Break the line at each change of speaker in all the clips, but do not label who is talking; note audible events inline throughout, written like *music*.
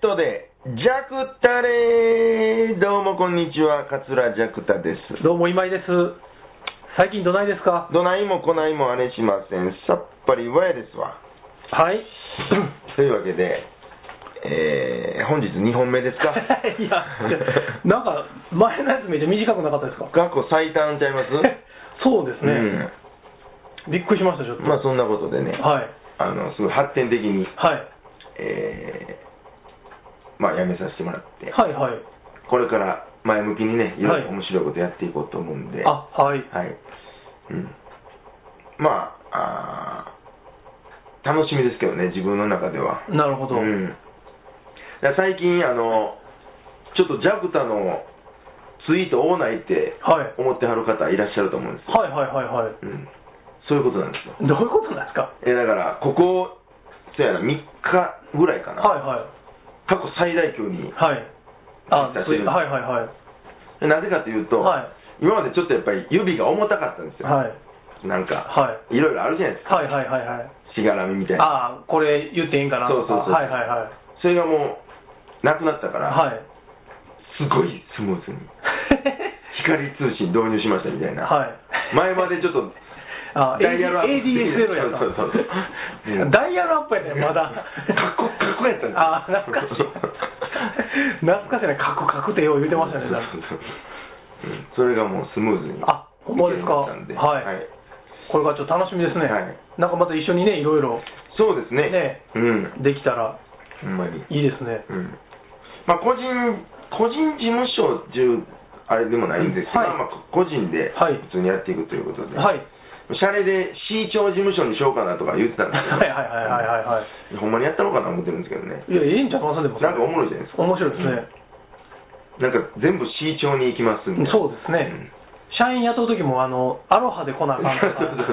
ことで、ジャクタレーどうもこんにちは、桂ジャクタです。
どうも今井です。最近どないですか
どないもこないもあれしません。さっぱりわやですわ。 *clears throat*
はい。
というわけで、えー、本日2本目ですか
*laughs* *laughs* い
*laughs*
や、なんか前のやつ見て短くなかったですか
過去最短ちゃいます
*laughs* そうですね、びっくりしました、ちょっ
う
と。
ん。まあそんなことでね、
はい。
あの、すごい発展的に、
はい。
えー、まあやめさせてもらって、
はいはい。
これから前向きにね、いろいろ
はい
面白いことやっていこうと思うんで、
あ、はい。
はい。うん。まあ、あー楽しみですけどね、自分の中では。
なるほど。
うん。だから最近、あの、ちょっとジャクタのツイート多ないって
はい。
思ってはる方いらっしゃると思うんですよ。
はいはいはいは
うん。そういうことなんですよ。
い。どういうことなんですか
え、だから、ここ、そうやな、3日ぐらいかな。
はいは
過去最大級に
い。。はい。あ
ツイッター、して
つ
る
いはいはいはい。
でなぜかというと、
はい
今までちょっとやっぱり指が重たかったんですよ。
はい。
なんか、
はい。
いろいろあるじゃないですか。
はいはいはいはい。
しがらみみたいな。
ああ、これ言っていいんかな
そうそうそう
はいはいはい。
それがもう、なくなったから、
はい。
すごいスムーズに、 *laughs* 光通信導入しましたみたいな、
はい
前までちょっと、
あ、
ダイヤルアップ
ADSL やった。
そうそうそううん
ダイヤルアップやね、まだ。
カクカクやったんですよ
あ、懐かしい。懐かしいね、カクカクってよう言うてましたね。
そうそうそううんそれがもうスムーズに、
あほんまですか
いけるようになったんで
はい
はい
これがちょっと楽しみですね。
はい
なんかまた一緒にね、いろいろ
そうですね、
ね
うん、
できたら
ほんまに、
いいですね。
うんまあ、個人個人事務所中、あれでもないんですけど、
はい
まあ、個人で
はい
普通にやっていくということで、
はい。
シャレで市長事務所にしようかなとか言ってたんですけど
はいはいはいはいはいはい
ほんまにやったのかな思ってるんですけどね
い。いや、いいんちゃいますでも。
なんかおもろいじゃないですか
面白いです
な
ね。
んか全部 C 町に行きますみたいな
そうですね。社員雇う時も、あの、アロハで来
う
なあ
ん *laughs*
かんとか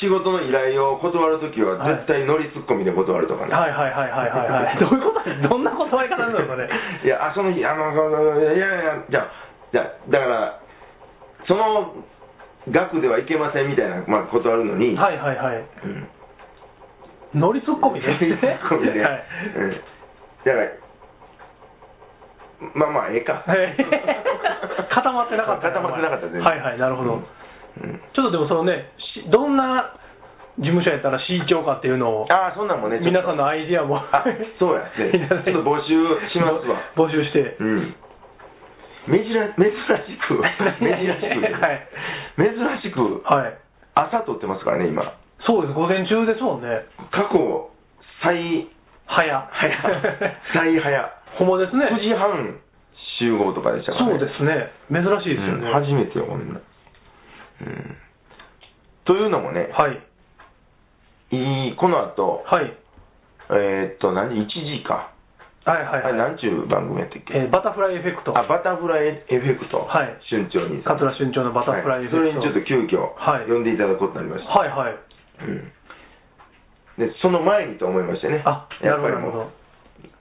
仕事の依頼を断るときは絶対乗りツッコミで断るとかね、
はいはいはいはいはいはい。どういうことですどんな断り方なんですかね。
*laughs* いやあその日あのいやいやいやじゃあじゃあだからその額ではいけませんみたいな、まあ、断るのに、
はいはいはい。
うん
ノリツッコミね。
ツッコミで、
*laughs* はい。
うん、だからまあまあええか
はい
*laughs*
固まってなかったね。
固まってなかった全然
はいはい、なるほど。
うんうん
ちょっとでもそのね、しどんな事務所やったら市長かっていうのを、
ああそんなんもねちょっと
皆さんのアイディアも、
あそう
*laughs*
やね
いただいて
ちょっと募集しますわ
募集して
う。ん珍珍しく
*laughs*
珍しく、
はい
珍しく
はい。
朝撮ってますからね今
そうです、午前中ですもんね。
過去最早
早。
*laughs* 最早
*laughs* ほんまですね。
9時半集合とかでしたから
そ
ね
うですね。珍しいですよね。
うん初めてよこんな、うん、というのもね、
はい。
いいこの後、
はい。
えーっと何1時か
はいはい
あ
は
れ
い
何ちゅう番組やったっけ、
えーバタフライエフェクト。
あバタフライエフェクト、
はい
春潮に
桂春長のバタフライエフェクト。
はいそれにちょっと急遽、
はい
呼んでいただくことになりました、
はいはい。
うんでその前にと思いましてね
あ、な
やっ
るほ
ぱ
ど
り
なるほ
もう
ど。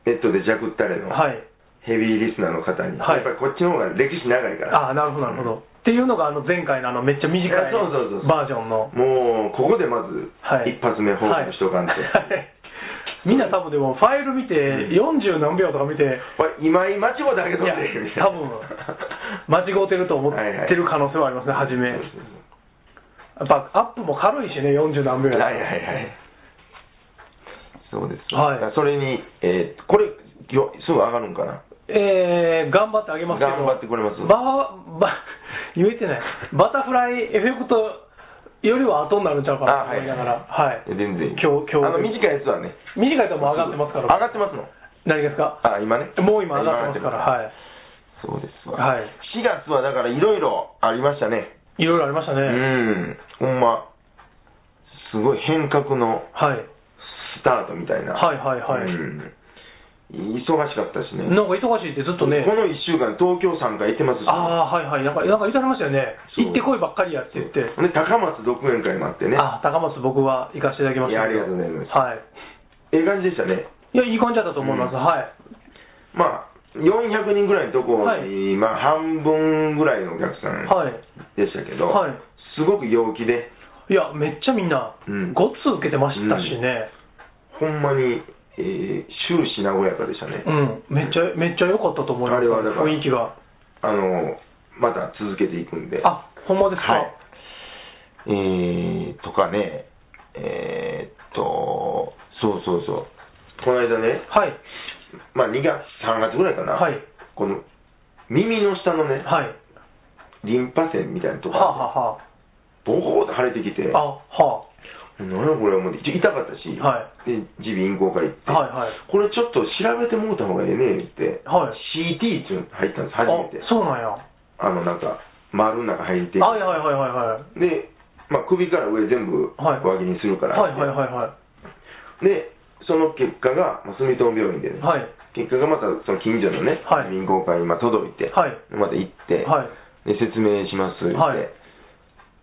ネットでジャクったれの
はい。
ヘビーリスナーの方に、
はい
やっぱりこっちの方が歴史長いから
ああ、なるほど、なるほど。っていうのが、あの、前回のあの、めっちゃ短い
あそうそうそうそう
バージョンの。
もうここでまず
はい。
一発目放送しとかんと、
はいはいみんな多分でも、ファイル見て、40何秒とか見て、
おい今井町子だけ
い
ど
や
ねみ、たいな *laughs*
多分、間違うてると思って
はいはい
る可能性はありますね、初め。
そうそ
や
うそう
っぱ、アップも軽いしね、40何秒や
はいはいはい。そうです、
はい
だからそれに、えーこれ、よすぐ上がるんかな。
えー、頑張ってあげますけど。
頑張ってくれます
ババ、 *laughs* 言えてない。バタフライエフェクトよりは後になるんちゃうかなと思いながら、はい。
全然いい。
今日、今日。
あの短いやつはね。
短いともう上がってますから。
上がってますの。
何ですか
あ、今ね。
もう今上がってますから、
い。
は
そうですわ。
はい
4月はだからいろいろありましたね。
い。いろいろありましたね。
うん。ほんま、すごい変革の
はい。
スタートみたいな。
はいはいはい
うん忙しかったしね。
なんか忙しいってずっとね
こ、の1週間、東京参加行ってますし、
ああ、はいはい、なんか、なんか言ってはりましたよね。
そう
行ってこいばっかりやって言って。
で高松独演会もあってね。
ああ、高松僕は行かせていただきましたけど。
いやありがとうございます
はい。
ええ感じでしたね。
いや、いい感じだったと思います。
うん
はい。
まあ、400人ぐらいのとこに、
はい
まあ、半分ぐらいのお客さん
はい。
でしたけど、
はい
すごく陽気で、
いや、めっちゃみんな
うん、
ごっつ受けてましたしね。
ほんまにえええー終始和やかでしたね、
うん、めっちゃ、めっちゃ良かったと思います。
あれはだから
雰囲気が。
あのまた続けていくんで
あ、ほんまですか。
はいえー、とかねえー、っとそうそうそうこの間ね
はい。
まあ2月3月ぐらいかな、
はい
この耳の下のね、
はい。
リンパ腺みたいなとこ
は
が
あ、はあは
ボコーって腫れてきて
あ、あ、は
何やこれ思って一応痛かったし、
は
で耳鼻咽喉科行って、
あ、はいはい。
これちょっと調べてもうた方がええねって、
はい
CT っていうの入ったんです
あ
初めて、
そうなんや。は
あのなんか丸の中入って
いはいはいはいはい。
で、まあ、首から上全部
はい
上着にするから、
はいはいはいは
でその結果が、まあ、住友病院でね、
い。はい。
結果がまたその近所のね、
はい
民合会にまあ届いて、
はい
また行って、
はい
で説明しますって、
はい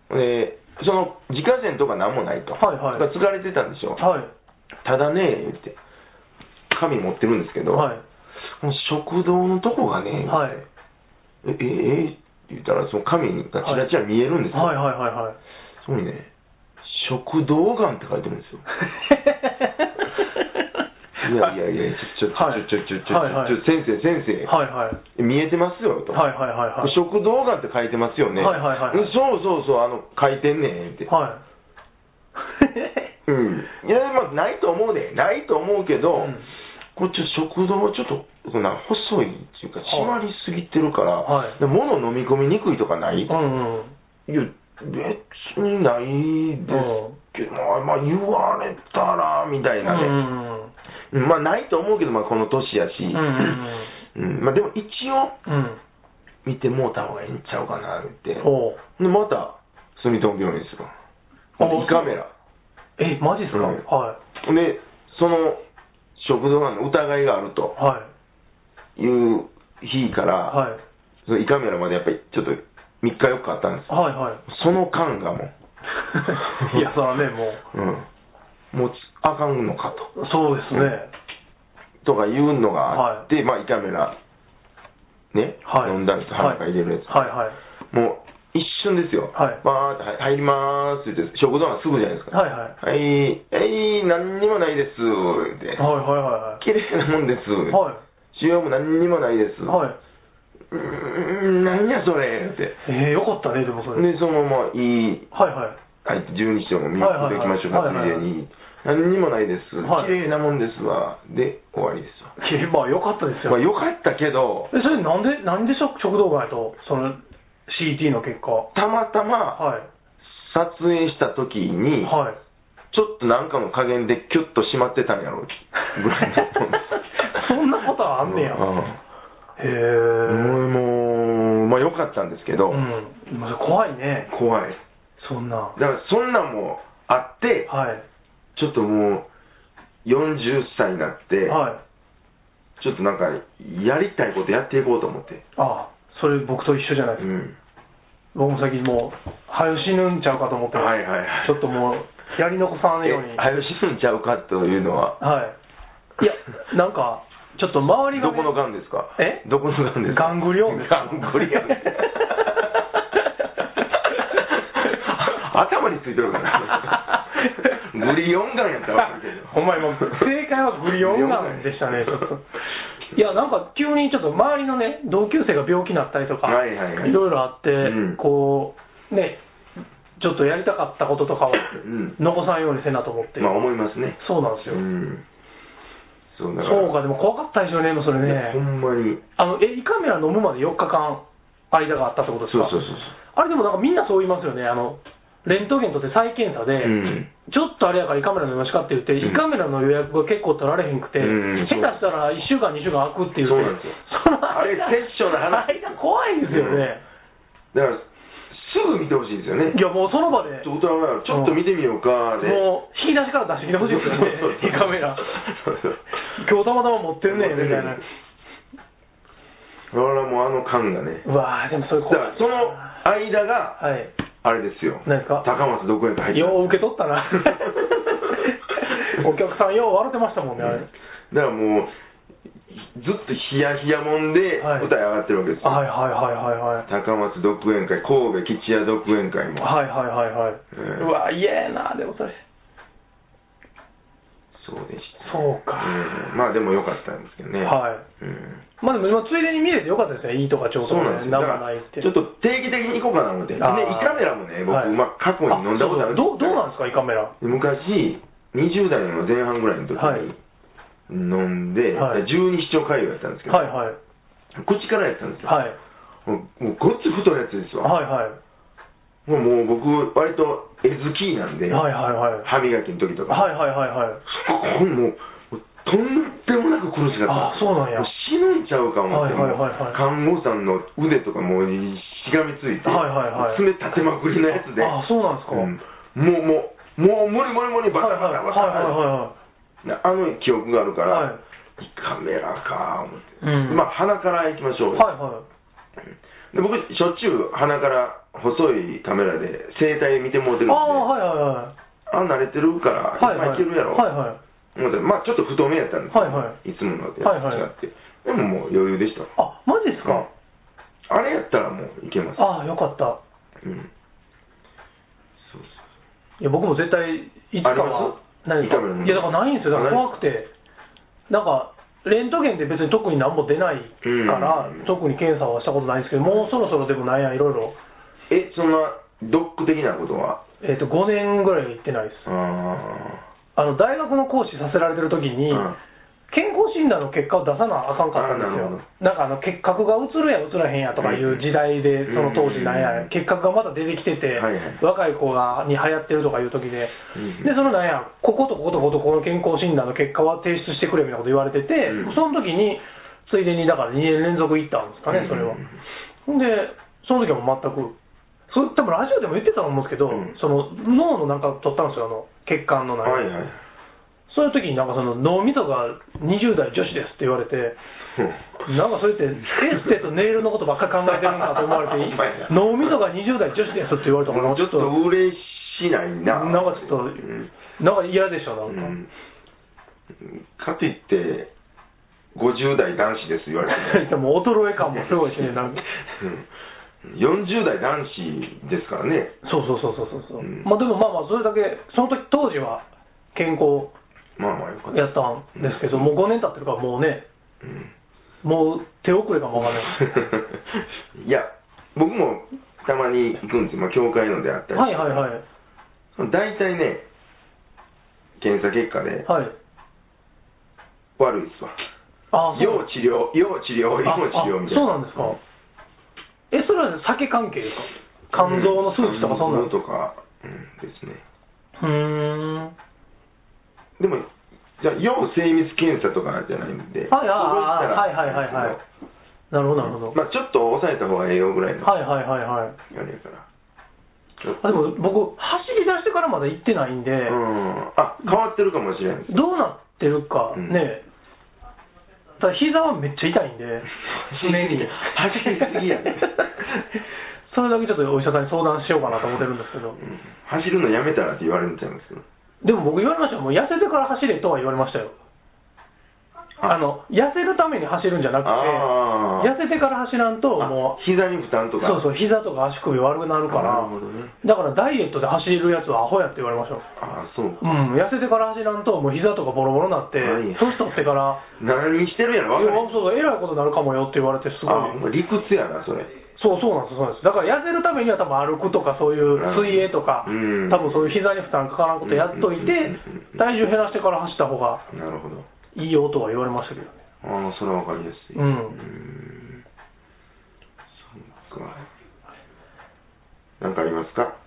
でその自家腺とか何もないと、
はいはい
だからつられてたんでしょ、
はい。
ただね言って紙持ってるんですけど、
はい。
この食堂のとこがね、
はい。
えええって言ったらその紙がちらちら見えるんですよ、
はいはいはいはい。
そこにね食道がんって書いてるんです
*laughs*
よいやいやいや、ちょ、ちょ、ちょ、ちょ、ちょ、ちょ、ちょ、
はいはい
先生、先生、
はいはい。
見えてますよ、と。
はいはいはいはい。
食道がんって書いてますよね。
はいはいはいはい
うんそうそうそう、あの、書いてんねん、って。
は
うん。いや、まあ、ないと思うで、ないと思うけど、
うん
これちょ、食道、ちょっと、そんな細いっていうか、
はい
締まりすぎてるから、
はい
で物飲み込みにくいとかない、
い。うんう
い
ん。
や、別にないですけど、まあ、言われたら、みたいなね。
うんうん。
まあないと思うけど、まあ、この年やし、
うん
うんまあ、でも一応
うん。
見てもうた方がいいんちゃうかなって、で
ほう。
また住友病院ですよ、
あ
胃カメラ、
え、マジっすか、
うん
はい。
でその食道がんの疑いがあると
はい。
いう日から、
はい。
その胃カメラまでやっぱりちょっと3日、4日あったんですよ、
は
*laughs*
いは
その間がもう、
い。いや、そらね、も
うん、もうあかんのかと。
う、そうですね。
とかいうのがあって、まあ胃カメラ、ね、
はい。
飲んだりと腹から入れるやつ、
はいはい。
もう一瞬ですよ、
はい
バーって入入りまーすって言って、食堂がすぐじゃないですか、
はいは
は
い。
い、えい、何にもないですって、
はいはいは
綺麗なもんです、
い。はい。
腫瘍も何にもないです、
はい。
うーん、何やそれって、
えー、よかったね、でもそれ。
で、そのままいい、
はいはい。
はい、12章も見
はいは
て
いはい
いきましょうか、
はいはいはい
ついでに、何にもないです、
はい
綺麗なもんですわ、で、終わりですわ。
えー、まあよかったですよ。
まあ、よかったけど、
え、それなんで、なんで食食道がやと、その CT の結果。は
たまたま
い。
撮影した時に、
はい。
ちょっとなんかの加減でキュッと締まってたんや
*laughs*
ろうぐらいだと思うんです
そんなことはあんねや
う
へえ。
んもう、もうまあ良かったんですけど、
うん。でもそれ怖いね。
怖い。
そんな。は
だからそんなんもあって、
い。
ちょっともう、40歳になって、
はい。
ちょっとなんか、やりたいことやっていこうと思って。
あそれ僕と一緒じゃないで
う
すか、
ん。
僕も先もう早死ぬんちゃうかと思って、
はいはいはい。
ちょっともうやり残さないように
え早く死ぬんちゃうかというのは、
はいいやなんかちょっと周りが
ど
ね、
この癌ですか
え
どこの癌ですか
ガングリオンです
ガングリオン。
*laughs*
頭についてるかな。グリオンガンやったらわかる *laughs* けど。
ほんまにもう正解はグリオンガンでしたねちょっといやなんか急にちょっと周りのね同級生が病気になったりとか、
はいはいはい
ろいろあって、
うん
こうねちょっとやりたかったこととかを
うん
残さんようにせなと思って、
まあ思いますね。
そうなんですよ、
うん。そうだから。
そうかでも怖かったですよねでもそれね
ほんまに。
あの、え、胃カメラ飲むまで4日間、間があったってことです
そう
か
そうそう
あれでもなんかみんなそう言いますよね。あの、レントゲンとって再検査で、
そう。うん。
ちょっとあれやから胃カメラ飲みましかって言って、
うん
胃カメラの予約が結構取られへんくて、
うん
下手したら1週間、2週間空くっていう
そうなんですよ
その間
あれセッションの話
間怖いですよね。
だから、すぐ見てほしいですよね。
いや、もうその場で、
ちょっと疑うならちょっと見てみようかで。
もう引き出しから出してきてほしいですよね
そうそう、そう
胃カメラ
そうそう。
今日たまたま持ってんねみたい
だ
な。
からもうあの缶がね。
うわーでもそれ
だ
怖
か
い。
らその間が、
はい。
あれですよ。
何ですか
高松独演会入って
よう受け取っ
*laughs*
たなお客さんよう笑ってましたもんねあれ、
だからもう、ずっとヒヤヒヤもんで
はい
舞台上がってるわけですよ。
はいはいはいはいはい
高松独演会、神戸吉屋独演会も、
はいはいはいは
う
い、
ん
うわ嫌やなでもそれ
そうでした。
そうか。
うんまあでも良かったんですけどね。
はい
うん
まあでも今、ついでに見れてよかったですね、いいとかちょうど
そうなんですよ
な
だ
ん
か
もない
ら
って。
ちょっと定期的に行こうかな思って。で、胃
あー
カメラもね、僕、
はい
まあ過去に飲んだことある
あそうそうどうどうなんですか、胃カメラ。
で昔、20代の前半ぐらいの時
はい
に飲んで、
はい
十二指腸潰瘍やったんですけど、
はいはい。
口からやったんですよ。
はい。
もうもうごっつ太いやつですわ。
はいはい。
もうもう僕、割と絵好きなんで、
はいはいはい。
歯磨きの時とか。
はいはいはいはい。
そこもう、とんでもなく苦しかった。
あそうなんや
死ぬんちゃうかもって、
はいはいはいはい
看護師さんの腕とかもうしがみついて、
はいはいはい
爪立てまくりのやつで、
あそうなんですか。
うんもう、もう、もう無理無理無理、バ
はい
タ
はい
バ
は
タ
い
バ
は
タ。
いはい。
あの記憶があるから、
はい
カメラか、思って。
うん
まあ、鼻から行きましょう。
はいはい。
で僕、しょっちゅう鼻から細いカメラで生体見てもうてるんで、
あ
あ
あ、はいはいは
あ、
い。
慣れてるから、
はいはい。
まあいけるやろ。
はいはい。
思ったらまあちょっと太めやったんです、
はいはい
つものと違って、
はいはい
でももう余裕でした
あ、マジですか。
あれやったらもういけます
ああ、よかった。
うんそうそう
いや、僕も絶対、いつかは。
あ
ない
りますいいカメラ
ですか
の
いや、だからないんですよ。だから怖くて。なんか、レントゲンで別に特に何も出ないから、
うん
特に検査はしたことないんですけど、もうそろそろでもなんや、いろいろ。
えそんなドック的なことは
えっ、と、5年ぐらい行ってないです。
あ
あの、大学の講師させられてる時に、
うん
健康診断の結果を出さなあかんかったんです
あなるほ
よ
ど。
なんかあの、結核がうつるやうつらへんやとかいう時代で、
うん
その当時なんや、
うん
結核がまだ出てきてて、
はいはい
若い子がに流行ってるとかいう時で、
うん
で、そのなんや、こことこことこことこの健康診断の結果は提出してくれみたいなこと言われてて、
うん
その時に、ついでにだから2年連続行ったんですかね、それは。ほんで、その時はもう全く、そ多分ラジオでも言ってたと思うんですけど、
うん
その脳のなんか取ったんですよ、あの血管の
あ
な
はい
んか
はい
*laughs* そういう時になんかその脳みそが20代女子ですって言われて、なんかそれってエステとネイルのことばっかり考えてるなと思
*laughs*
われて
ほんまや、
脳みそが20代女子ですって言われたから、
もうちょっと嬉しないな
なんかちょっと
うん、
なんか嫌でした、な
うん
か。
んかといって50代男子です言われても
でも衰え感もすごいしね、な
*laughs*
んか。
うん40代男子ですからね
そうそうそうそうそう。う
うん
まあでもまあまあ、それだけ、その時当時は健康
まあまあよかった
やったんですけど、もう5年経ってるからもうね、
うん
もう手遅れかもわかんない。
いや、僕もたまに行くんですよ、まあ、教会のであったり、
はいはいはい。
大体ね、検査結果で、
はい。
悪いっすわ、
あそう
要治療、要治療、
あ
要治療みたいな、
あそうなんですか。え、それは酒関係ですか肝臓の数値とかそんな
の
の
とか、うんですね、
うーん。
でも、じゃあ、要精密検査とかじゃないんで、
はい、
そこ行っ
ああ
たら
あはいはいはいはい。なるほどなるほど。
まあ、ちょっと抑えた方がええよぐらいの、
はいはいはいはい。
あれやから、
あでも僕、走り出してからまだ行ってないんで、
うん、あ変わってるかもしれないです。
どうなってるか
うん
ね、ただ膝はめっちゃ痛いんで、
走りすぎ走りすぎやね
*laughs* それだけちょっとお医者さんに相談しようかなと思ってるんですけ
う
ど、
ん走るのやめたらって言われるんちゃいます
でも僕、言われましたよ、もう痩せてから走れとは言われましたよ。あの痩せるために走るんじゃなくて、
あー
痩せてから走らんと、もう、
膝に負担とか
そうそう、膝とか足首悪くなるから、
なるほどね
だからダイエットで走れるやつはアホやって言われましたよ。
ああそう
う
か、
ん、痩せてから走らんと、もう膝とかボロボロになって
はい、
年取ってから、
何してるやろ
い
分か
や
る
そうそう、えらいことになるかもよって言われて、すご
あほん
い。
ま理屈やなそれ
そうそうなんです、そうなんです。だから痩せるためには多分歩くとか、そういう
うん
水泳とか、
うん
多分そういう膝に負担かからんことやっといて
うん、
体重減らしてから走った方が
なるほど
いいよとは言われましたけどね。
ああそれは分かりやすい
うん
んそうか何かありますか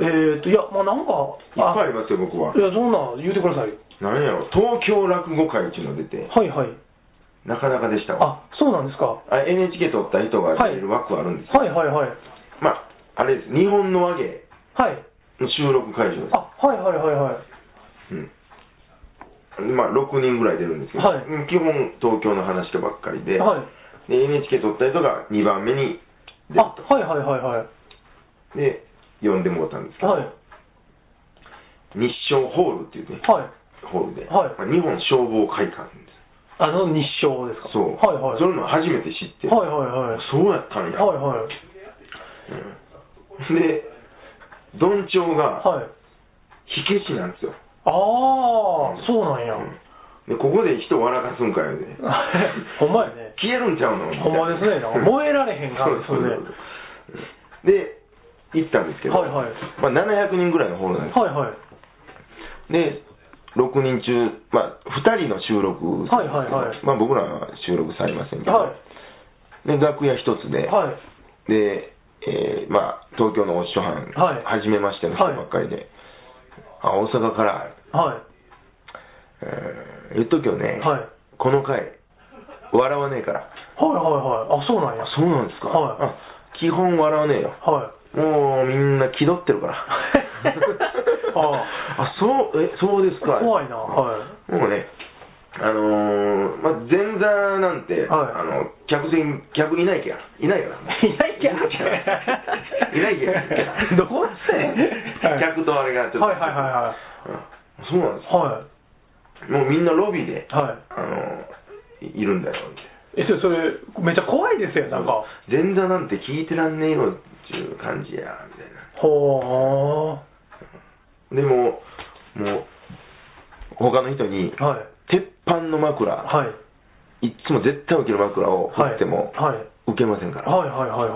えっと、いや、まあなんか、
いっぱいありますよ僕はい
や、そんなん言うてくださいよ。
何やろ東京落語会っていうの出て
はいはい。
なかなかでしたわ
あ、そうなんですか。は
あ NHK 撮った人が出れる枠あるんですよ、
いはいはい。
まああれです日本の和芸
はい。
の収録会場です
あ、はいはいはいはい。
うん、まあ6人ぐらい出るんですけど、
はい
基本東京の話とばっかりで,、
はい
で NHK 撮った人が2番目に出
あ、
ると
はいはいはいはい。
で呼んでもらったんですけど、
はい。
日照ホールっていうね、
はい。
ホールで、
はい
まあ、日本消防会館です
あの日照ですか。
そう、
はいはい。
それも初めて知って、
はいはいはい。
そうやったんや、
はいは
う
い。
んでどんちょうが
はい。
火消しなんですよ
ああ、そうなんや。
でここで人笑かすんかよね
*laughs* ほんまやね。
消えるんちゃうの
ほんまですねなんか燃えられへんから
そうそうそうそうで行ったんですけど、
はいはい
まあ、700人ぐらいのホールなんです、
はいはい。
で6人中、まあ、2人の収録、
はいはいはい
まあ、僕らは収録されませんけど、
は
で楽屋一つ
い。
で、
はい。
で、えーまあ、東京のお師匠はん、
はい
初めましての人ばっかりで、あ大阪から、
は
えー言っとくよね、
はい
この回笑わねえから
い。はいはいはい。あ、そうなんや。
あそうなんですか、
はい
あ基本笑わねえよ
は
もうみんな気取ってるから。
*laughs* あ
あそう、え、そうですか。。
怖いなはい
もうね、あのーまあ、前座なんて、
はい
あの、客席、客いないけや。いないから。
*laughs* いないけや
い
*laughs*
ないけや。
どこっすねはい
客とあれがちょっと。
はいはいはいはい
うんそうなんで
い。は
すよ。もうみんなロビーで、
い。はい。
あのーいいるんだよ。
え、それ、それめっちゃ怖いですよ、なんか。
前座なんて聞いてらんねえよっていう感じや、みたいな。
ほ
でも、もう、他の人に、
ー。はい。
鉄板の枕、
はい。
いっつも絶対受ける枕を
はい。
振っても、
はい。
受けませんから、
はいはいはいはい。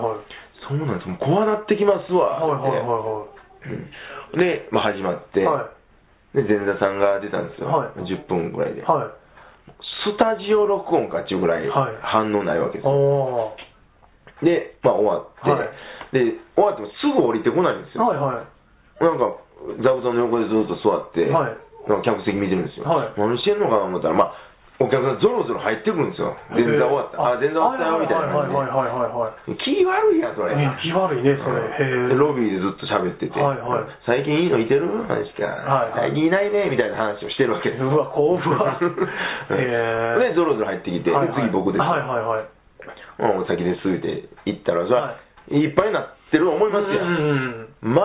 そうなんです、もう怖なってきますわ、
はいはいはい
っ
は
てうんで、まあ、始まって、
い。は
で前座さんが出たんですよ、
はい
10分ぐらい
い。
で、
は
スタジオ録音かっちゅうぐらい
はい
反応ないわけ
い。
ですよ、
おー。
で、まあ、終わって、
はい
で、終わってもすぐ降りてこないんですよ、
はいはい。
なんか、座布団の横でずっと座って、
はい
なんか客席見てるんですよ。
はい
何してんのかな思ったら、まあ、お客さん、ぞろぞろ入ってくるんですよ。前座終わった。あ、前座終わったよ、みたいな
はいはい
感
はいはいはい。
じで。気悪いやん、それ。
ね気悪いねそれへえ
でロビーでずっと喋ってて、
はいはい
最近いいのいてる話か、
はいはい
最近いないね、みたいな話をしてるわけです。
うわこう
*laughs*
うわへえ
で、ぞろぞろ入ってきて、で
はいはい
次僕です。
はいはいはい。
うんお先ですって行ったらさ、、
はい
っぱいになってる思いますよ。
うんうんうん
ま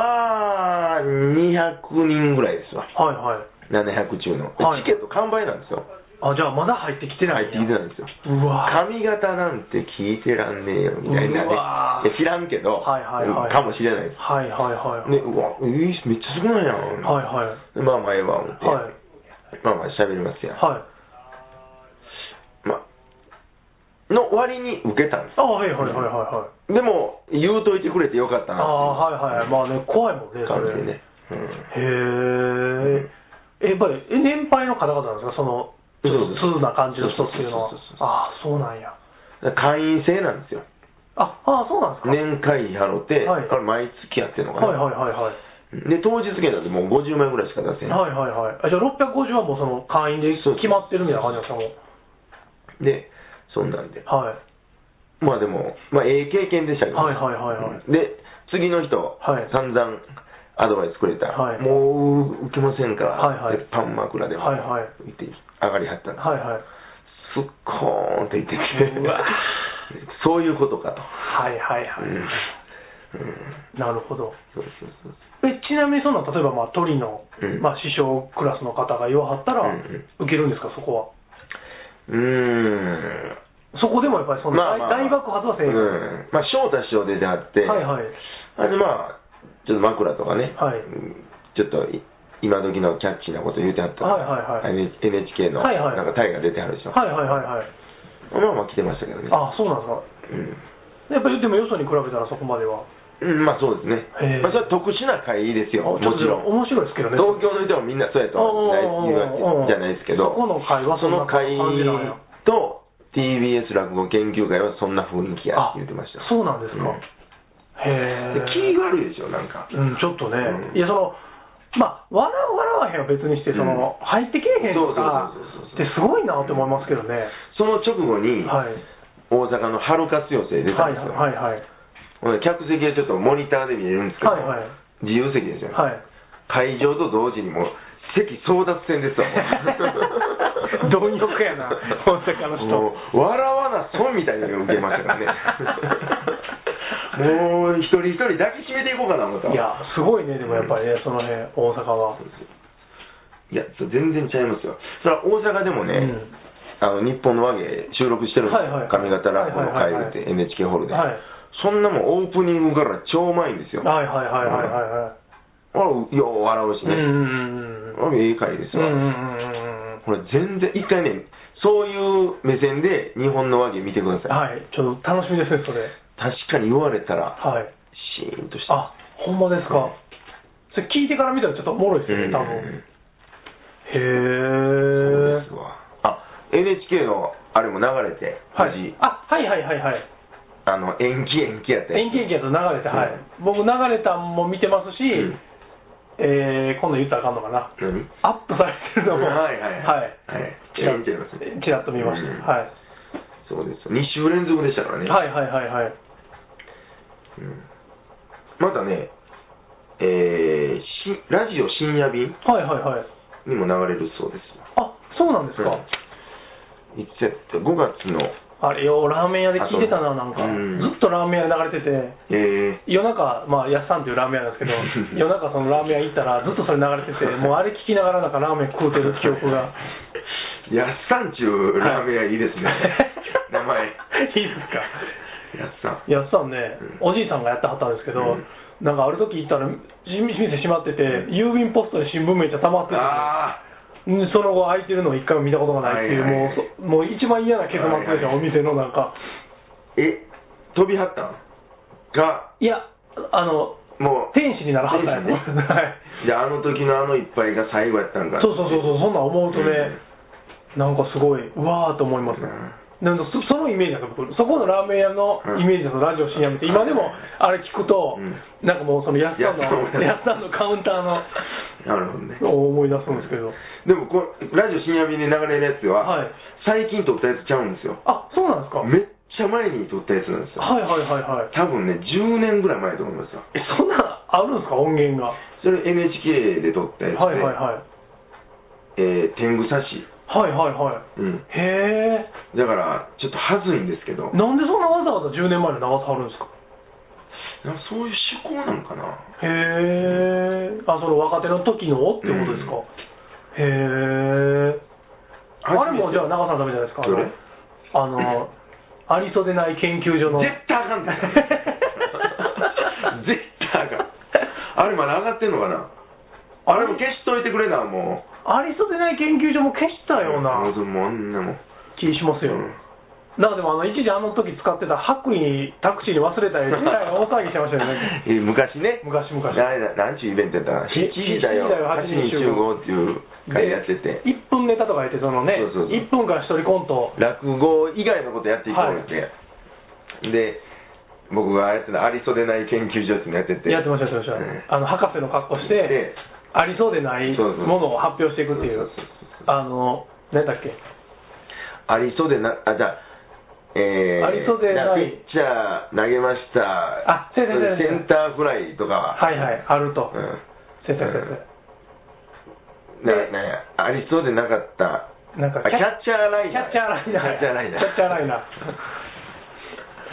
あ、200人ぐらいですわ。
はいはい。
700中の、で
はい
チケット完売なんですよ
あ、じゃあまだ入ってきてな
入
い
ってきてないんですよ
うわ
髪型なんて聞いてらんねえよみたいなね
うわ
いや知らんけど、
はいはいはい
うんかもしれないです
はいはいはい。
ねうわえーめっちゃ少ないやん、
はいはい。
まあまあええわ思って、
はい。
まあまあ喋りますやん、
はい。
まあの割に受けたんです
あ、はいはいはいはいはい。
でも言うといてくれてよかった
あ
な
はいはい。まあね、怖いもんね、そ
感
れ。
じでね、うん
へえ。え、やっぱり、え年配の方々なんですかその、ちょっと通な感じの人っていうのは
そうそうそうそう。
ああ、そうなんや。
だから会員制なんですよ
あ、ああ、そうなんですか
年会費払って、
は
あ
い
れ毎月やってるのかな、
はいはいはいはい。
で当日券なんてもう50枚ぐらいしか出せない、
はいはいはい。あじゃあ650はもうその会員で決まってるみたいな感じなん
で、
です
そんなんで、
かもう。はい。
まあでも、まあ、ええ経験でしたけど、
はいはいはいはい
うんで、次の人、
はい
散々アドバイスくれた、
はい
もう受けませんから、
はいはい
鉄板枕でも、
はいはい
言って上がりはったんです、
はいはい。
すっこーんって言ってきて
うわ、
*laughs* そういうことかと。
はいはいは
うん
い。
うん
なるほど。
そうそうそう
えちなみにそんな例えばまあ鳥の、
うん
まあ、師匠クラスの方が言わはったら、
うんうん
受けるんですかそこ
うーん
はそこでもやっぱりその、
まあまあまあ
大大爆発はせえへん、
うんまあ、翔太師匠出てあって、
はいはい
あれまあ、ちょっと枕とかね、
はい
うんちょっとい今時のキャッチーなこと言うてはった、
はいはいはい
NH- NHK の
はいはい
なんか大河出てはるでしょ、
はいはいはいはい
まあまあ来てましたけどね、
あそうなんですかやっぱりでもよそに比べたらそこまでは
うん、うんまあそうです
へ
ね
え、
まあ、それは特殊な会ですよ、も
あちょ
ち
っと
ろん。
面白いですけどね
東京の人もみんなそうやとはない言うわ
おー
けじゃないですけど、
そこの会はそ
そ
ん
の
な
会
感じなんや
と TBS 落語研究会はそんな雰囲気やっ
あ
て言ってましたよ。
そうなんですか、
うん
へえ
で気悪いでしょ、なんか。
うん、ちょっとね、
うん
いや、その、まあ、笑う、笑わへんは別にして、その、入ってけえへんとか
そうそうそうそうそう
ってすごいなって思いますけどね、
その直後に、
はい、
大阪の春活寄席出たん
は
で
い、
すよ、
はい、はい、
ほんで客席はちょっとモニターで見えるんですけど、
はいはい
自由席ですよ、
はい、
会場と同時にもう席争奪戦ですわもう
*laughs* 貪欲やな
*laughs*
大阪の人
もう笑わな損みたいなのを受けましたから
*laughs*
ねもう一人一人抱きしめていこうかな思ったわ
いや、すごいね、でもやっぱりね、その辺、大阪は。
いやそれ全然ちゃいますよそれは大阪でもね、
うん
あの日本の和芸収録してるんですよ、
はいはい
上方落語の会
はいはいはいは
っ
い
て NHK ホールで、
はい
そんなもんオープニングから超前んですよ、
はい、はい、はい、はい、はい、は
あ
い。
よう笑うし
うん
ね、
うんうん
あ
うん
いい回ですわ、
うん
これ全然一回ねそういう目線で日本の和牛見てください、
はい、ちょっと楽しみですね、それ。
確かに言われたら
はい。
シーンとして
あ、ほんまです
うん
か。それ聞いてから見たらちょっとおもろいですよね、多分。
そうで
へー
す。わあ NHK のあれも流れて
は
無事
い。あ、はいはいはいはい。
あの延期延期やったやつ
遠近期やと流れて、はい。僕流れたんも見てますし、
うん
えー、今度言ったらあかんのかな。
何
アップされてるのも、
はいはいはいはい
ちら
見てますね
ちらっと見まし
う
た。
ん
はい。
そうです2週連続でしたからね、
はいはいはいはい。
うんまたねえーしラジオ深夜便
はいはいはい。
にも流れるそうですわ
あ、そうなんですか。
うんいつやった5月の
あれよ、ラーメン屋で聞いてたな、なんか。
うん
ずっとラーメン屋で流れてて。
えー、
夜中、まあ、やっさんっていうラーメン屋なんですけど
*laughs*
夜中そのラーメン屋行ったら、ずっとそれ流れてて、もうあれ聞きながらなんかラーメン食うてる記憶が。
やっさんちゅうラーメン屋いいですね、名前
いいですか。
やっさん
やっさんね、
うん
おじいさんがやってはったんですけど、
うん
なんかある時行ったら、じ店閉まってて、
うん
郵便ポストに新聞めっちゃ溜まってて、
あ
うんその後空いてるのを一回も見たことがないっていう、
はいはい
もうそ、もう一番嫌な結末でした、
はいはい
お店のなんか。
ーえ飛びはったんが
いや、あの、
もう
天使にならはったんや
天
ろ。
使ね
はい
じゃああの時のあの一杯が最後やったんか
そうそうそうそう、そんなん思うとね、なんかすごい、うわーと思いますね。
う
なんかそそのイメージなんです僕そこのラーメン屋のイメージのラジオ深夜見て、今でもあれ聞くと、
う
なんかもうその安さんの
安
安さんのカウンターの
んなるほどね
を思い出すんですけど、
でもこうラジオ深夜便で流れるやつは、
はい
最近撮ったやつちゃうんですよ
あそうなんですか、
めっちゃ前に撮ったやつなんですよ
はいはいはいはい、
多分ね10年ぐらい前だと思いますよ
えそんなんあるんですか、音源が。は
それ NHK で撮ったや
い
つで、
はいはい、
えー天狗刺し
はいはいは
うん
い、へえ、
だからちょっと恥ずいんですけどな
なんでそんなわざわざ10年前の長さあるんですか、
そういう趣向なんかな
へえ、あその若手の時のってことですか、へえ。あれもじゃあ長さんのためじゃないですか。
どれ
あの、
*laughs*
ありそうでない研究所の。
絶対あかんね
*laughs*
絶対あかんあれまだ上がってんのかなあれも消しといてくれなもう
ありそうでない研究所も消したような
もうあんなもん
気しますよ。
うん
なんかでもあの、一時あの時使ってた白衣タクシーに忘れたり、えらい大騒ぎしてましたよね。
え昔ね *laughs*
昔々
あれだ何ちゅうイベントやったかな7
え
時だよ
7時だよ
8時に集合っていう会やってて
1分ネタとか言って、そのね、
そうそうそう
1分間一人コント。
落語以外のことやっていこうって、で僕があやってたありそでない研究所っていうのやってて
やってました、やってま
うん
した。あの、博士の格好して、
で
ありそうでない
そうそう
ものを発表していくってい
そう
う
そうそう。
あの、何だっけ。
ありそうでなあじゃあえー、
ありそうでな
ピ
い
ッチャー投げました
あそうそうそうそう
センターフライとかは
はいはい、あると。
うん
先生、先
ななんやありそうでなかった
生。なんか
あキャッチャーライ
キャ
ナー
ッチャーライナー。
キャッチャーライナー
キャッチャーライナー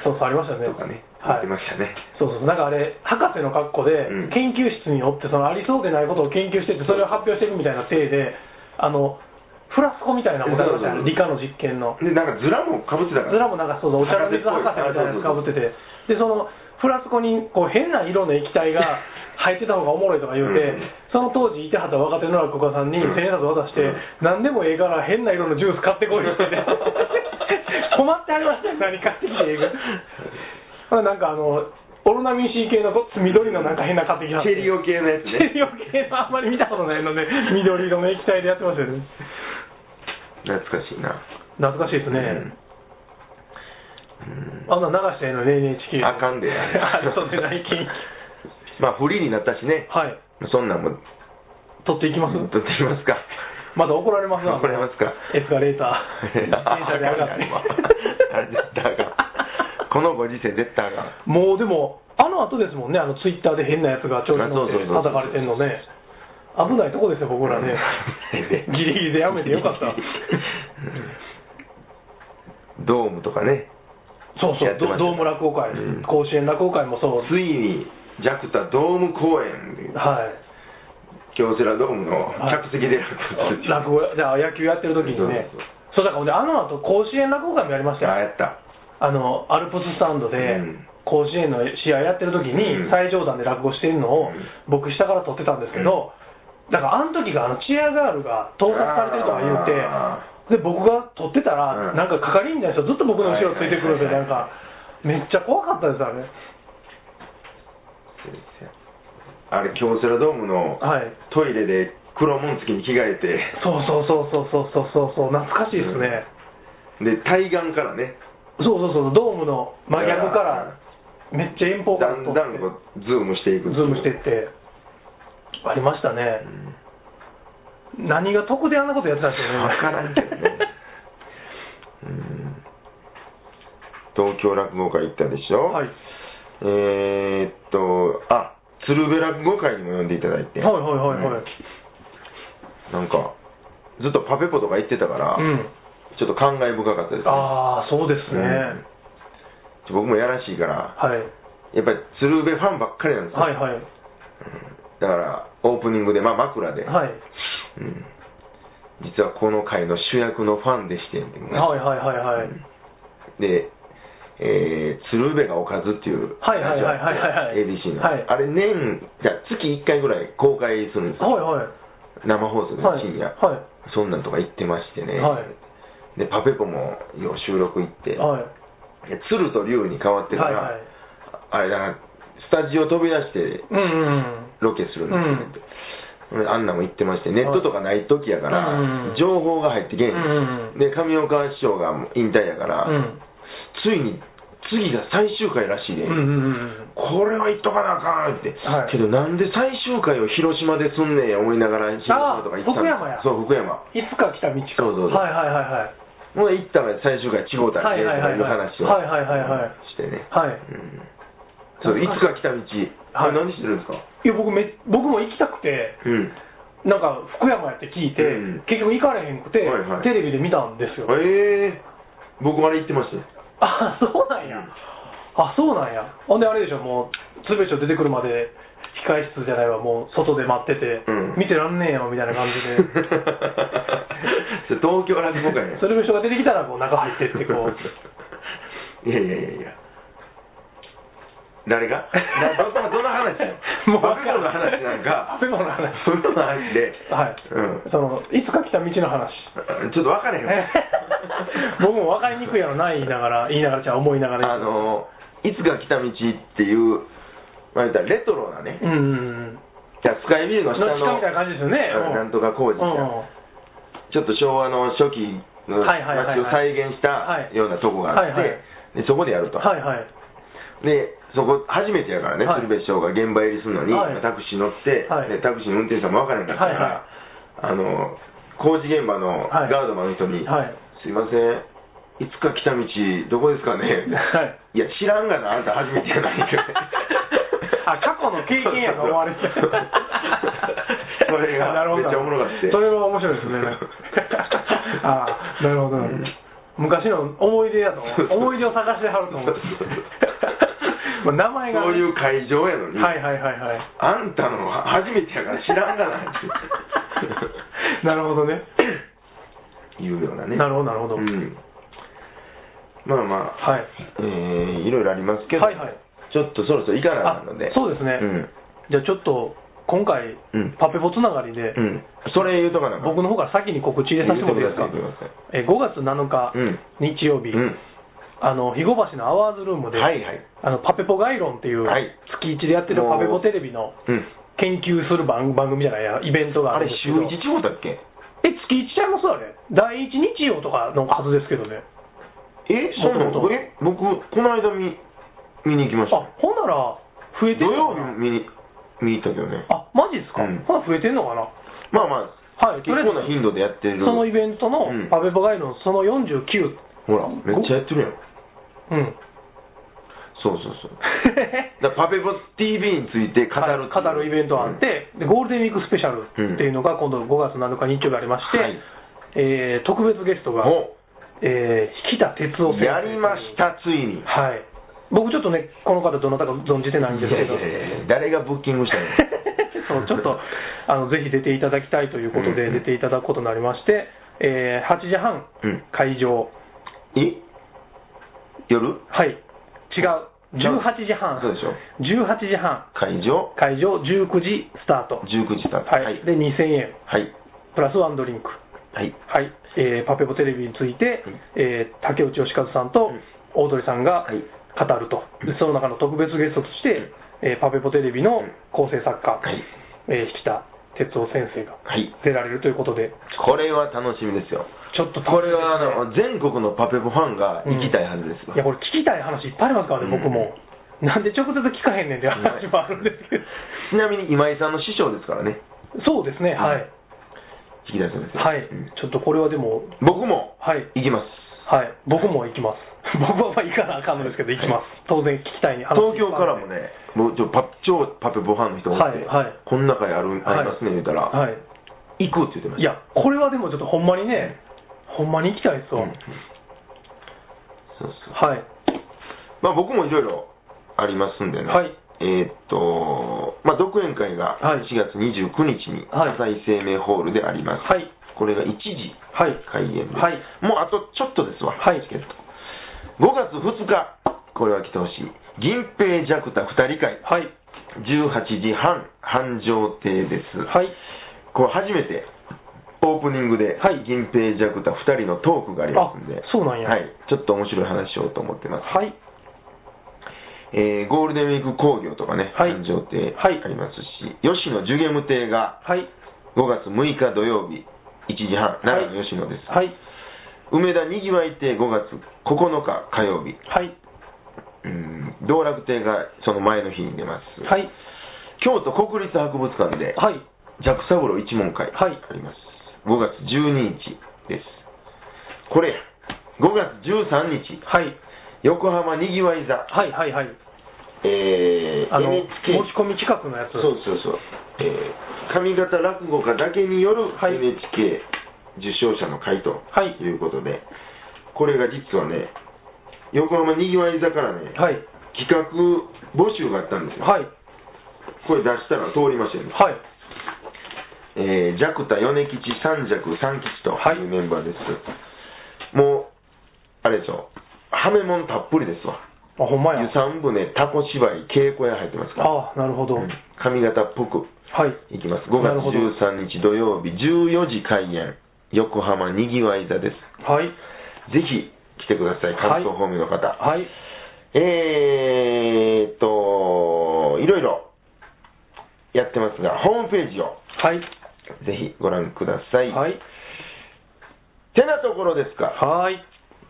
そうそう、ありましたね。
とかね
は
やっ
い
て。ましたね
そうそう、なんかあれ、博士の格好で
うん、
研究室によって、そのありそうでないことを研究してて、それを発表していくみたいな体で、あの、フラスコみたいなものがありましたよね
そうそうそう
理科の実験の。
でなんかズラもかぶ
*laughs*
ってたから
ズラもなんかそうそうお茶の水博士みたいなやつかぶっててでそのフラスコにこう変な色の液
*laughs*
体が入ってた方がおもろいとか言うて、
うん
その当時いてはった若手の落語家さんに
うん
千円札渡して、
うん
何でもええから変な色のジュース買ってこいっ
*laughs*
て言って困ってありましたよ何買ってきてええかほらなんかあのオロナミン C 系のごっつ緑のなんか変な買ってきたん
チェ
で
リオ系のやつ
チ
ね
ェリオ系のあんまり見たことないので緑色の液体でやってましたよね
懐かしいな
懐かしいですね、あんな流してんのね NHK
あかんで
*laughs* あそう
*laughs*
でない研究
まあフリーになったしね
はい
そんなんも
取っていきます
取ってきますか
まだ怒られますな
怒られますか
エスカレーター
*laughs*
電車で上がっ
あれ絶対あかん
て
*laughs* このご時世絶対あかん
もうでもあの後ですもんねあのツイッターで変なやつが調子乗って
あそうそうそう
叩かれてんのね危ないとこですよ
*laughs*
僕らねギリギリでやめてよかった
ドームとかね
そうそ
やっ
う
てました
ドドーム落語会、
うん
甲子園落語会もそう
ついにジャクタドーム公演で *laughs*
はい
京セラドームの客席でやったや
落語じゃあ野球やってる時にねそうだからほんであの後甲子園落語会もやりましたよ
った
あのアルプススタンドで
うん
甲子園の試合やってる時
うん
に最上段で落語してるのを
うん
僕下から撮ってたんですけど、だからあの時があのチアガールが盗撮されてるとか言うて
あ
で僕が撮ってたら、
うん
なんか係員の人ずっと僕の後ろついてくるんです
は
よ、
いはいはいはい
なんかめっちゃ怖かったですあれ
あれ京セラドームの
はい
トイレで黒紋付きに着替えて
そうそうそうそうそうそうそうそう懐かしいですね、
で対岸からね
そうそうそうドームの真逆からめっちゃ遠方か
だ
ら
ん
撮って
だんこうズームしていく
ズームしてってありましたね、何が得であんなことやってたんですよね
わからんけどねうん東京落語会行ったでしょ、
はい、
えー、っとあ鶴瓶落語会にも呼んでいただいて
はいはいはいはい
なんかずっとパペポとか行ってたから、
うん
ちょっと感慨深かったです、ね、
ああそうです
う
ね、
ん僕もやらしいから
はい、
やっぱり鶴瓶ファンばっかりなんですよ、
はいはい
だからオープニングで、まあ、枕で、
はい
うん実はこの回の主役のファンでしてんでもね
はいはいはいはい
で、えー鶴瓶がおかずっていう
はいはいはいはいはいはい
ABC の、
はい
あれ年じゃあ月1回ぐらい公開するんですよ、
はい
生放送で
はい
深夜、
はい
そんなんとか行ってましてね、
は
でパペポもよう収録行って、
はい
で鶴と龍に変わってか
はい
ら、
はい
あれだなスタジオ飛び出して
うんうん
ロケするんですよ、あんなも行ってましてネットとかない時やから、
うん
情報が入ってけえへん、
うんうん
で上岡師匠がもう引退やから、
うん
ついに次が最終回らしいで、
うんうんうん
これは言っとかなあかんって、
はい
けどなんで最終回を広島ですんねんや思いながら広島とか行ったん
あー福山や
そう福山
いつか来た道か
そうそうそう
はいはいはいはい
もう行ったら最終回地方大
はい
変と
はいは
かい
い
う話を
はいはいはいはい
してね
はい
うんそういつか来た道、あ
はい
れ何してるんですか
いや僕め僕も行きたくて
うん
なんか福山やって聞いて、
うん
結局行かれへんくて、
はいはい
テレビで見たんですよ、
ええ僕あれ行ってましたよ
あそうなんやあそうなんやほんであれでしょもう鶴瓶師匠出てくるまで控室じゃないわもう外で待ってて、
うん
見てらんねえよみたいな感
*laughs*
じ
それ東京落語会
で
や
鶴瓶師匠が出てきたらこう中入ってってこう *laughs*
いやいやいやいや誰がな *laughs* どどどの話な *laughs* の
*laughs* もう分
パペポ
かる
の話なんか
パペポの話
パペポの話で、
はい、
うん
そのいつか来た道
*laughs*
の話
ちょっと分かれへん
*laughs*
わ
僕も分かりにくいやろな言いながら言いながらじゃあ思いながら
あのいつか来た道っていう、まあ、言ったらレトロなね、
うんうんうん
じゃあスカイビルの下の
の下みたいな感じですよね
うん
うん
なんとか工事みたいな
うん
ちょっと昭和の初期の
はいはいはい
街を再現し
は
た
い
ようなとこがあって、
はいはい
でそこでやると、
はいはい
でそこ初めてやからね、
はい
鶴瓶師匠が現場入りするのに、
はい
タクシー乗って、
はい
でタクシーの運転手さんも分からへんかったから、あの工事現場の
はい
ガードマンの人に「
はい
すいませんいつか来た道どこですかね?」
はい
いや知らんがなあんた初めてやないけど
*laughs* あ過去の経験やと思われて
そうそう
*laughs*
そうそれが
なるほど
めっちゃおもろかった
それは面白いですね
*laughs*
ああなるほど、
うん
昔の思い出やと思
そうそう
う思い出を探してはると思う
そう
まあ名前がね、
そういう会場やのに、
はいはいはいはい
あんたのは初めてやから知らんがなって
なるほどね *laughs*
いうようなね
なるほどなるほど、
うん、まあまあ、
はい
えーいろいろありますけど、
はいはい
ちょっとそろそろいか
あ
なので
そうですね、
うん
じゃあちょっと今回、
うん
パペボつながりで、
うん、それ言うとかなんか
僕の方から先に告知入れさせてもらっていいですか
入れてください
えー5月7日、
うん
日曜日、
うん
あの肥後橋のアワーズルームで、
はいはい
あのパペポガイロンっていう、
はい
月1でやってるパペポテレビの
うん
研究する番番組じゃないやイベントが
あ
ある
れ
んですけ
週
ど
一地方だっけ
え月1ちゃいますあれ第1日曜とかのはずですけどね
えそうな
もとも
の
と
え僕この間見見に行きました
あほんなら増え
土
てんの
曜
か
日
な
も見に見に行ったけどね
あマジですか、
うん
ほな増えてんのかな
まあまあ、
はい
結構な頻度でやってる
そのイベントの
うん
パペポガイロンその49
ほらめっちゃやってるやん *laughs*
うん
そうそうそうだからパペポ TV について語るっていう
語るイベントがあって、でゴールデンウィークスペシャルっていうのが今度5月7日日曜日ありまして、
はい
えー特別ゲストが、
お
えー、引田哲夫先生
やりましたついに
はい僕ちょっとねこの方どなたか存じてないんですけど
いやいやいや誰がブッキングしたの
*laughs* そうちょっとあのぜひ出ていただきたいということ
う
で
んうん
出ていただくことになりまして、えー8時半
うん
会場、
え夜
はい違う18時半
そうでしょ
18時半
会場
会場19時スタート
19時スタート
はい、
はい
で2000円
はい
プラスワンドリンク
はい
はい、えーパペポテレビについて、えー竹内義和さんと
うん
大鳥さんが
はい
語ると、でその中の特別ゲストとして、えーパペポテレビの構成作家、
はい
えー引田哲夫先生が
はい
出られるということで
これは楽しみですよ
ちょっと
これはあの全国のパペポファンが行きたいはずです
いやこれ聞きたい話いっぱいありますからね、
うん
僕もなんで直接聞かへんねんって話もあるんですけど、
ちなみに今井さんの師匠ですからね
そうですねはい、
聞きたいそうですよ
はい
うん、
ちょっとこれはでも
僕も
はい
行きます
はい、僕も行きます。 *laughs* 僕はまあ行かなあかんのですけど、行きます。当然聞きたいに話
東京からもねもうちょパ超パペポファンの人が多くて、
はいはい
こん中やるありますね言うたら、
はい。
行くって言ってま
い
した
や、これはでもちょっとほんまにね、ほんまに行きたいですわ。
うんそうそう
はい。
まあ僕もいろいろありますんでね、
はい
えーっと、まあ、独演会が
はい
4月29日に
はい
浅井生命ホールであります、
はい
これが1時
はい。
開演です、
はい
もうあとちょっとですわ、
はい
チケット5月2日これは来てほしい銀平ジャクタ2人会
はい。
18時半繁盛亭です、
はい。
これ初めてオープニングで、
はい
銀平ジャクタ2人のトークがありますんで
あそうなんや
はい、ちょっと面白い話しようと思ってます
はい。
えーゴールデンウィーク工業とかね、
はい
繁盛亭あ
はい
りますし、吉野ジュゲム亭が
はい。
5月6日土曜日1時半、
はい
奈良の吉野です、
はい。
梅田にぎわい亭5月9日火曜日、
はい。
うん道楽亭がその前の日に出ます、
はい。
京都国立博物館で、
はい。
ジャックサブロー一門会あ
はい
ります、5月12日です、これや、5月13日、
はい。
横浜にぎわい座、
はい。はい。はい。
えー
あの、
NHK
持ち込み企画のやつ。
そうそうそう、えー上方落語家だけによる
はい
NHK 受賞者の会と
はい
いうことで、これが実はね、横浜にぎわい座からね、
はい。
企画募集があったんですよ、
はい。
これ出したら通りましたよね、
はい。
えー、ジャクタ、米吉、三尺、三吉と
はい
いうメンバーです、もう、あれでしょ、はめもんたっぷりですわ、
あ、ほんまや
湯。三船、タコ芝居、稽古屋入ってますから、
あなるほど。
うん上方っぽく。
はい。
いきます。5
な
月
るほど
13日土曜日14時開演、横浜にぎわい座です。
はい。
ぜひ来てください、
は
関
い
東方面の方。
はい。
えーっと、いろいろやってますが、ホームページを
はい。
ぜひご覧ください。
はい。
てなところですか。
はい。